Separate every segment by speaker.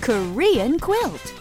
Speaker 1: Korean Quilt.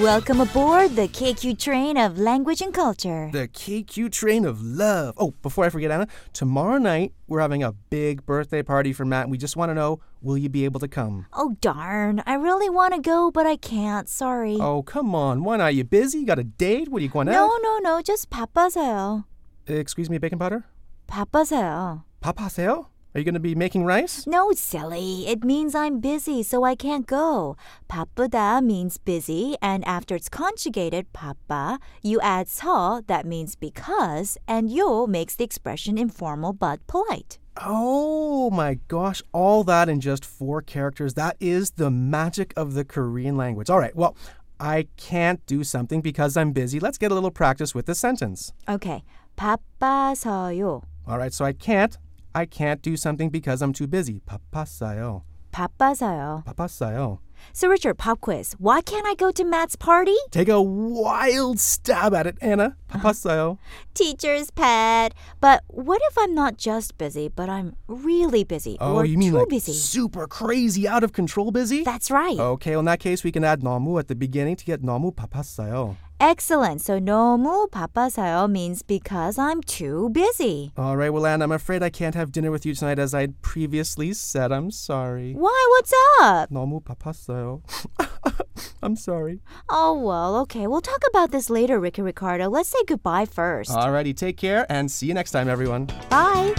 Speaker 1: Welcome aboard the KQ train of language and culture.
Speaker 2: The KQ train of love. Oh, before I forget, Anna, tomorrow night we're having a big birthday party for Matt. We just want to know will you be able to come?
Speaker 1: Oh, darn. I really want to go, but I can't. Sorry.
Speaker 2: Oh, come on. Why not? You busy? You got a date? What are you going
Speaker 1: no, no, no. Just 바빠서요.
Speaker 2: out? Excuse me, baking powder?
Speaker 1: 바빠서요.
Speaker 2: Papaseo? Are you going to be making rice?
Speaker 1: No, silly. It means I'm busy, so I can't go. 바쁘다 means busy, and after it's conjugated 바빠, you add 서, that means because, and 요 makes the expression informal but polite.
Speaker 2: Oh my gosh, all that in just four characters. That is the magic of the Korean language. All right, well, I can't do something because I'm busy. Let's get a little practice with this sentence.
Speaker 1: Okay. 바빠서요.
Speaker 2: All right, so I can't. I can't do something because I'm too busy. 바빴어요.
Speaker 1: 바빠서요.
Speaker 2: 바빴어요.
Speaker 1: So, Richard, pop quiz. Why can't I go to Matt's party?
Speaker 2: Take a wild stab at it, Anna. 바빴어요.
Speaker 1: Teacher's pet. But what if I'm not just busy, but I'm really busy
Speaker 2: Oh,
Speaker 1: or
Speaker 2: you mean
Speaker 1: too
Speaker 2: like oh.
Speaker 1: busy?
Speaker 2: super crazy, out of control busy?
Speaker 1: That's right.
Speaker 2: Okay, well, in that case, we can add 너무 at the beginning to get 너무 바빴어요.
Speaker 1: Excellent. So 너무 바빠서요 means because I'm too busy.
Speaker 2: All right, well, Anna, I'm afraid I can't have dinner with you tonight as I had previously said. I'm sorry.
Speaker 1: Why? What's up?
Speaker 2: 너무 바빴어요. I'm sorry.
Speaker 1: Oh well. Okay. We'll talk about this
Speaker 2: Uh.
Speaker 1: later, Ricky Ricardo. Let's say goodbye first.
Speaker 2: Alrighty, take care and see you next time, everyone.
Speaker 1: Bye.